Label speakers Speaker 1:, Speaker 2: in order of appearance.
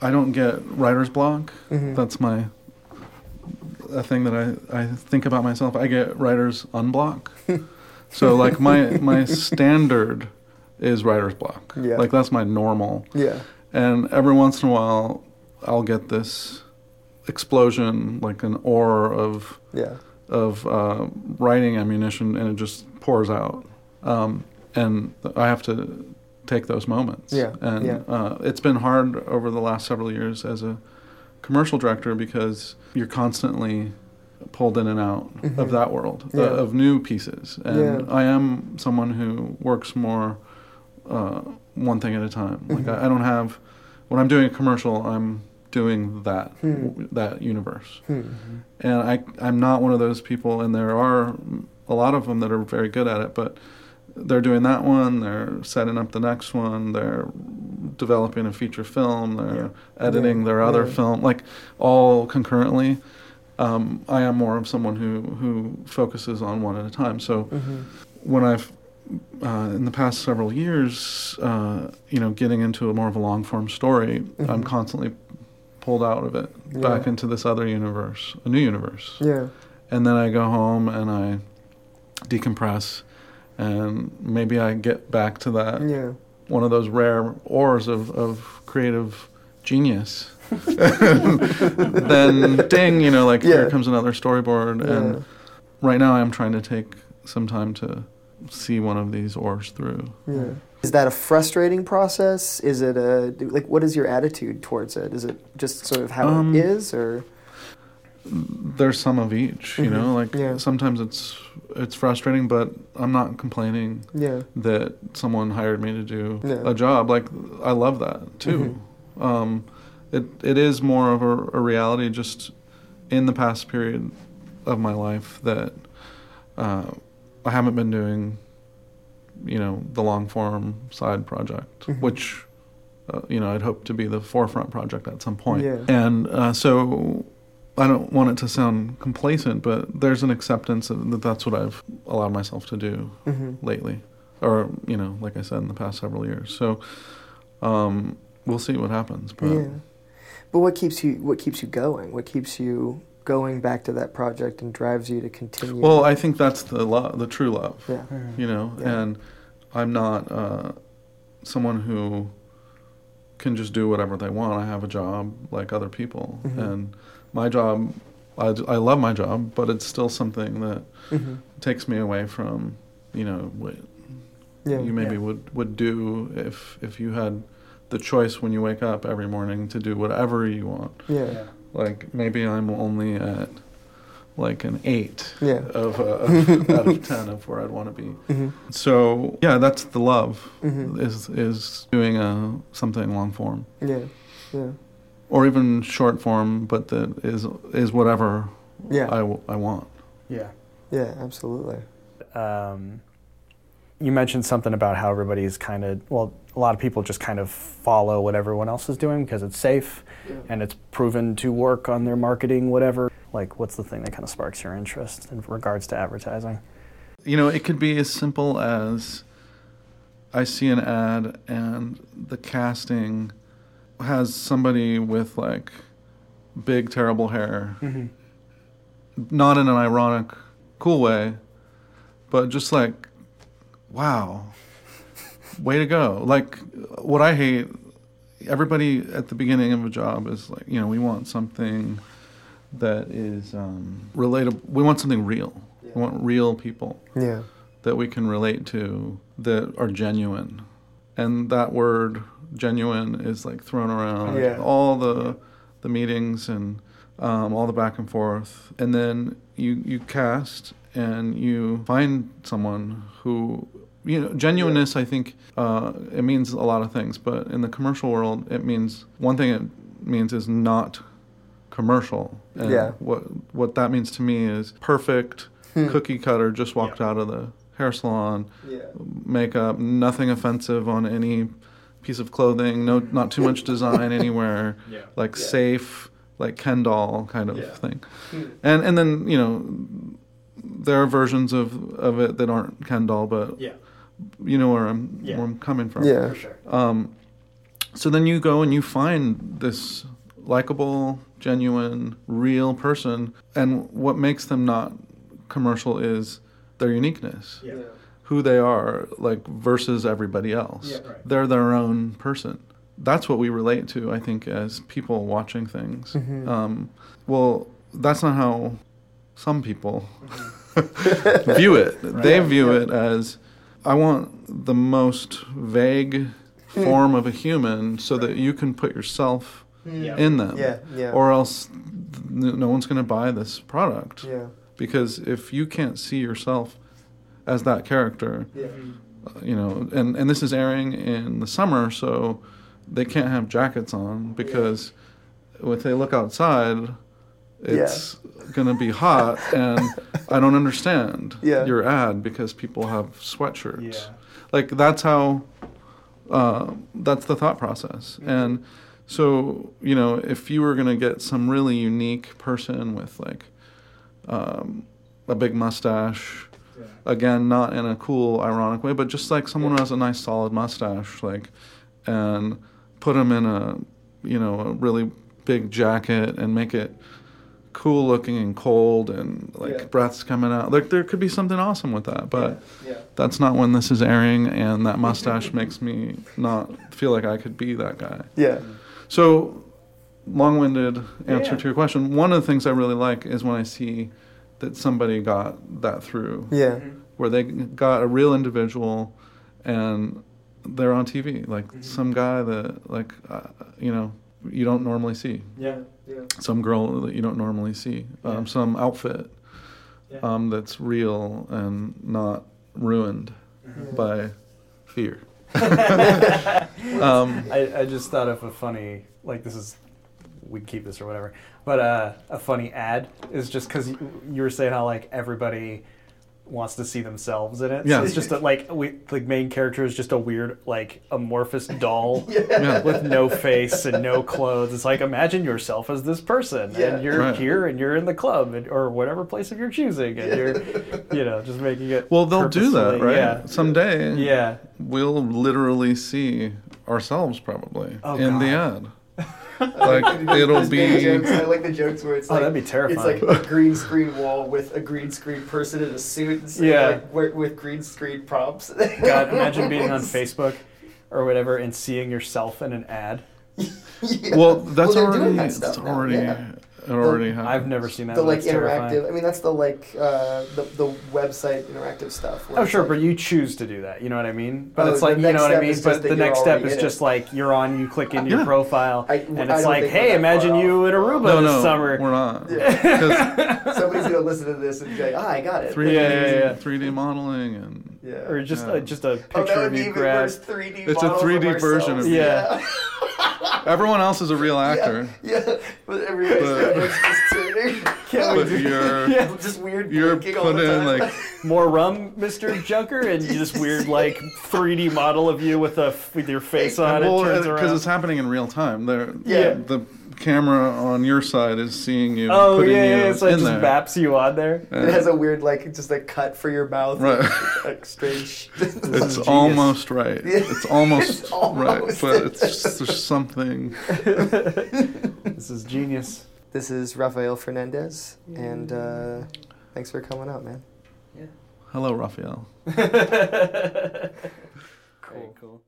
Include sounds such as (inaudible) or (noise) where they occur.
Speaker 1: I don't get writer's block. That's my a thing that I, I think about myself. I get writer's unblock. so like my my standard is writer's block.
Speaker 2: Yeah.
Speaker 1: Like that's my normal.
Speaker 2: Yeah.
Speaker 1: And every once in a while I'll get this explosion, like an aura of
Speaker 2: Yeah.
Speaker 1: of uh, writing ammunition and it just pours out. Um, and I have to take those moments.
Speaker 2: Yeah,
Speaker 1: And
Speaker 2: yeah.
Speaker 1: Uh, it's been hard over the last several years as a commercial director because you're constantly pulled in and out of that world, uh,
Speaker 2: Mm-hmm. Yeah.
Speaker 1: of new pieces. And
Speaker 2: Yeah.
Speaker 1: I am someone who works more uh, one thing at a time.
Speaker 2: Mm-hmm.
Speaker 1: Like I, I don't have, when I'm doing a commercial, I'm doing that,
Speaker 2: Hmm.
Speaker 1: that universe and I I'm not one of those people, and there are a lot of them that are very good at it, but they're doing that one, they're setting up the next one, they're developing a feature film, they're editing their other
Speaker 2: Yeah.
Speaker 1: film, like all concurrently. Um, I am more of someone who who focuses on one at a time. So
Speaker 2: Mm-hmm.
Speaker 1: when I've uh, in the past several years, uh, you know, getting into a more of a long form story, I'm constantly pulled out of it back
Speaker 2: Mm-hmm. Yeah.
Speaker 1: into this other universe, a new universe.
Speaker 2: Yeah.
Speaker 1: And then I go home and I decompress, and maybe I get back to that
Speaker 2: Yeah.
Speaker 1: one of those rare ores of, of creative
Speaker 2: (laughs)
Speaker 1: genius. then ding, you know, like
Speaker 2: Yeah.
Speaker 1: here comes another storyboard.
Speaker 2: Yeah.
Speaker 1: And right now I'm trying to take some time to see one of these ores through.
Speaker 2: Yeah. Is that a frustrating process? Is it a like what is your attitude towards it? Is it just sort of how
Speaker 1: Um,
Speaker 2: it is or
Speaker 1: There's some of each, you know, like
Speaker 2: Mm-hmm. Yeah.
Speaker 1: sometimes it's it's frustrating, but I'm not complaining
Speaker 2: yeah.
Speaker 1: that someone hired me to do
Speaker 2: Yeah. Mm-hmm.
Speaker 1: a job. Like I love that too. Um, it it is more of a, a reality just in the past period of my life that uh, I haven't been doing, you know, the long form side project,
Speaker 2: Mm-hmm.
Speaker 1: which. Uh, you know, I'd hope to be the forefront project at some point,
Speaker 2: Yeah.
Speaker 1: and uh, so I don't want it to sound complacent, but there's an acceptance of- that that's what I've allowed myself to do
Speaker 2: Mm-hmm.
Speaker 1: lately, or you know, like I said, in the past several years. So um, we'll see what happens. But
Speaker 2: Yeah. But what keeps you what keeps you going? What keeps you going back to that project and drives you to continue?
Speaker 1: well, uh, I think that's the love, the true love.
Speaker 2: yeah.
Speaker 1: You know,
Speaker 2: Yeah.
Speaker 1: and I'm not uh, someone who can just do whatever they want. I have a job like other people,
Speaker 2: Mm-hmm.
Speaker 1: and my job, I, I love my job, but it's still something that
Speaker 2: Mm-hmm.
Speaker 1: takes me away from you know what
Speaker 2: Yeah.
Speaker 1: you maybe
Speaker 3: Yeah.
Speaker 1: would would do if if you had the choice when you wake up every morning to do whatever you want.
Speaker 2: yeah.
Speaker 3: Yeah.
Speaker 1: Like maybe I'm only at like an eight
Speaker 2: Yeah.
Speaker 1: of, uh, of (laughs) out of ten of where I'd want to be.
Speaker 2: Mm-hmm.
Speaker 1: So yeah, that's the love is is doing a something long form
Speaker 2: Yeah. Yeah.
Speaker 1: or even short form, but that is is whatever
Speaker 2: Yeah.
Speaker 1: I, w- I want.
Speaker 3: Yeah.
Speaker 2: Yeah, absolutely.
Speaker 3: um, you mentioned something about how everybody's kind of well a lot of people just kind of follow what everyone else is doing because it's safe and it's proven to work on their marketing whatever like what's the thing that kind of sparks your interest in regards to advertising
Speaker 1: You know, it could be as simple as I see an ad and the casting has somebody with like big, terrible hair. Not in an ironic, cool way, but just like, wow, way to go. Like, what I hate, everybody at the beginning of a job is like, you know, we want something that is um, relatable. We want something real. We want real people
Speaker 2: Yeah.
Speaker 1: that we can relate to that are genuine. And that word genuine is like thrown around
Speaker 2: Yeah.
Speaker 1: all the the meetings and um, all the back and forth. And then you you cast and you find someone who you know genuineness I think uh, it means a lot of things, but in the commercial world it means one thing it means is not commercial. And
Speaker 2: Yeah.
Speaker 1: what what that means to me is perfect
Speaker 3: Hmm.
Speaker 1: cookie cutter just walked out of the hair salon
Speaker 2: Yeah.
Speaker 1: makeup nothing offensive on any piece of clothing no not too much design anywhere
Speaker 3: (laughs) Yeah. Hmm.
Speaker 1: like safe like ken doll kind of
Speaker 3: Yeah.
Speaker 1: thing and and then you know there are versions of of it that aren't ken doll but you know where i'm
Speaker 3: Yeah.
Speaker 1: where i'm coming from
Speaker 2: Yeah.
Speaker 3: sure
Speaker 1: Um, So then you go and you find this likable, genuine, real person, and what makes them not commercial is their uniqueness,
Speaker 3: Yeah.
Speaker 1: who they are, like versus everybody else.
Speaker 3: Yeah, right.
Speaker 1: They're their own person. That's what we relate to, I think, as people watching things.
Speaker 3: Mm-hmm.
Speaker 2: Mhm.
Speaker 1: Um, well, that's not how some people (laughs) view
Speaker 3: (laughs)
Speaker 1: it. They
Speaker 3: Mm-hmm. Yeah,
Speaker 1: view it as I want the most
Speaker 3: (laughs)
Speaker 1: vague form of a human so that you can put yourself
Speaker 3: Yeah.
Speaker 1: in them.
Speaker 2: Yeah, yeah.
Speaker 1: Or else n- no one's going to buy this product.
Speaker 2: yeah.
Speaker 1: Because if you can't see yourself as that character,
Speaker 2: Yeah.
Speaker 1: uh, you know, and, and this is airing in the summer, so they can't have jackets on because if they look outside,
Speaker 2: Yeah.
Speaker 1: it's going to be hot.
Speaker 2: (laughs)
Speaker 1: and I don't understand
Speaker 2: Yeah.
Speaker 1: your ad because people have sweatshirts.
Speaker 3: Yeah.
Speaker 1: Like, that's how, uh, that's the thought process. And so, you know, if you were going to get some really unique person with like um, a big mustache, again not in a cool ironic way but just like someone who has a nice solid mustache like and put them in a you know a really big jacket and make it cool looking and cold and like
Speaker 2: Yeah.
Speaker 1: breaths coming out like there could be something awesome with that but
Speaker 2: Yeah.
Speaker 1: that's not when this is airing and that mustache makes me not feel like i could be that guy
Speaker 2: Yeah.
Speaker 1: so, long-winded answer
Speaker 3: Yeah.
Speaker 1: to your question. One of the things I really like is when I see that somebody got that through,
Speaker 2: Yeah.
Speaker 1: where they got a real individual, and they're on TV, like
Speaker 3: Mm-hmm.
Speaker 1: some guy that, like, uh, you know, you don't normally see,
Speaker 3: Yeah.
Speaker 2: Yeah.
Speaker 1: some girl that you don't normally see,
Speaker 3: Yeah.
Speaker 1: um, some outfit
Speaker 3: Yeah.
Speaker 1: um, that's real and not ruined
Speaker 3: Mm-hmm.
Speaker 1: by
Speaker 3: (laughs)
Speaker 1: fear. (laughs) um,
Speaker 3: I, I just thought of a funny like this is we keep this or whatever but uh, a funny ad is just because you, you were saying how like everybody wants to see themselves in it
Speaker 1: Yeah.
Speaker 3: so it's just that like we the main character is just a weird like amorphous doll
Speaker 1: yeah.
Speaker 3: with no face and no clothes it's like imagine yourself as this person
Speaker 2: Yeah.
Speaker 3: and you're
Speaker 1: Right.
Speaker 3: here and you're in the club and, or whatever place of your choosing and you're you know just making it
Speaker 1: Well, they'll do that,
Speaker 3: purposefully-
Speaker 1: right?
Speaker 3: yeah
Speaker 1: Someday,
Speaker 3: yeah
Speaker 1: we'll literally see ourselves probably
Speaker 3: Oh,
Speaker 1: in the ad.
Speaker 3: (laughs)
Speaker 1: Like
Speaker 2: (laughs) Those
Speaker 1: it'll
Speaker 2: big jokes. I
Speaker 1: be
Speaker 2: like the jokes where it's
Speaker 3: Oh,
Speaker 2: like
Speaker 3: that'd be terrifying.
Speaker 2: It's like a green screen wall with a green screen person in a suit. And so
Speaker 3: Yeah.
Speaker 2: Like, wi- with green screen props.
Speaker 3: God, imagine
Speaker 2: (laughs)
Speaker 3: being on Facebook or whatever and seeing yourself in an ad.
Speaker 2: (laughs) Yeah.
Speaker 1: well. That's
Speaker 2: they're
Speaker 1: already
Speaker 2: doing that
Speaker 1: that's
Speaker 2: stuff now,
Speaker 1: already
Speaker 2: yeah.
Speaker 1: it already happened.
Speaker 3: I've never seen that.
Speaker 2: the
Speaker 3: but
Speaker 2: like
Speaker 3: it's terrifying.
Speaker 2: interactive. I mean, that's the like uh, the the website interactive stuff. where
Speaker 3: Oh
Speaker 2: it's
Speaker 3: sure,
Speaker 2: like-
Speaker 3: but you choose to do that. You know what I mean? But
Speaker 2: Oh,
Speaker 3: it's like
Speaker 2: the
Speaker 3: you know
Speaker 2: next
Speaker 3: what I
Speaker 2: step
Speaker 3: mean.
Speaker 2: is just
Speaker 3: But
Speaker 2: that
Speaker 3: the next
Speaker 2: you're
Speaker 3: step
Speaker 2: already
Speaker 3: is
Speaker 2: in
Speaker 3: just
Speaker 2: it.
Speaker 3: like you're on. You click into
Speaker 1: Yeah.
Speaker 3: your profile,
Speaker 2: I- I
Speaker 3: and
Speaker 2: don't
Speaker 3: it's like,
Speaker 2: think we're that
Speaker 3: hey,
Speaker 2: far
Speaker 3: imagine you in a Aruba
Speaker 1: no,
Speaker 3: this
Speaker 1: no,
Speaker 3: summer.
Speaker 1: we're
Speaker 3: (laughs)
Speaker 1: not.
Speaker 2: Yeah.
Speaker 1: 'Cause
Speaker 2: somebody's gonna listen to this and be like, ah, I got it.
Speaker 1: 3D,
Speaker 3: Yeah, yeah, yeah.
Speaker 1: 3D modeling and
Speaker 2: Yeah.
Speaker 3: (laughs) Or just
Speaker 1: Yeah.
Speaker 3: uh, just a
Speaker 2: oh,
Speaker 3: picture
Speaker 2: that would
Speaker 3: of
Speaker 2: be
Speaker 3: you
Speaker 2: even
Speaker 3: grab. (laughs)
Speaker 2: worse. 3D.
Speaker 1: It's a
Speaker 2: models of
Speaker 1: 3D version
Speaker 2: ourselves.
Speaker 1: of
Speaker 3: you.
Speaker 2: yeah.
Speaker 1: everyone else is a real
Speaker 2: (laughs)
Speaker 1: actor,
Speaker 2: Yeah, (laughs) yeah. but everybody's
Speaker 1: But-
Speaker 2: got just turning.
Speaker 1: (laughs) but you're
Speaker 3: Yeah.
Speaker 2: Just weird
Speaker 1: you're
Speaker 2: blinking all
Speaker 1: put
Speaker 2: the
Speaker 1: in
Speaker 2: time.
Speaker 3: (laughs)
Speaker 1: like
Speaker 3: More rum, Mr. Junker, and you this weird like 3D model of you with a with your face on it turns
Speaker 1: because
Speaker 3: around.
Speaker 1: uh, it's happening in real time. They're,
Speaker 2: Yeah.
Speaker 1: the camera on your side is seeing you.
Speaker 3: Oh
Speaker 1: putting
Speaker 3: yeah,
Speaker 1: you
Speaker 3: yeah, it's like
Speaker 1: in
Speaker 3: just
Speaker 1: there. Uh,
Speaker 3: maps you on there.
Speaker 2: (laughs) it has a weird like just like cut for your
Speaker 1: (laughs)
Speaker 2: mouth. (laughs)
Speaker 1: Right.
Speaker 2: Like strange.
Speaker 1: It's
Speaker 2: (laughs)
Speaker 3: is genius.
Speaker 1: almost right.
Speaker 2: Yeah.
Speaker 1: It's almost,
Speaker 2: (laughs) It's
Speaker 1: right,
Speaker 2: almost.
Speaker 1: but it's just,
Speaker 2: (laughs)
Speaker 1: there's something.
Speaker 3: This is genius.
Speaker 2: this is Rafael Fernandez, and uh, thanks for coming out, man.
Speaker 1: Hello, Raphael.
Speaker 3: cool.
Speaker 2: Very
Speaker 3: cool.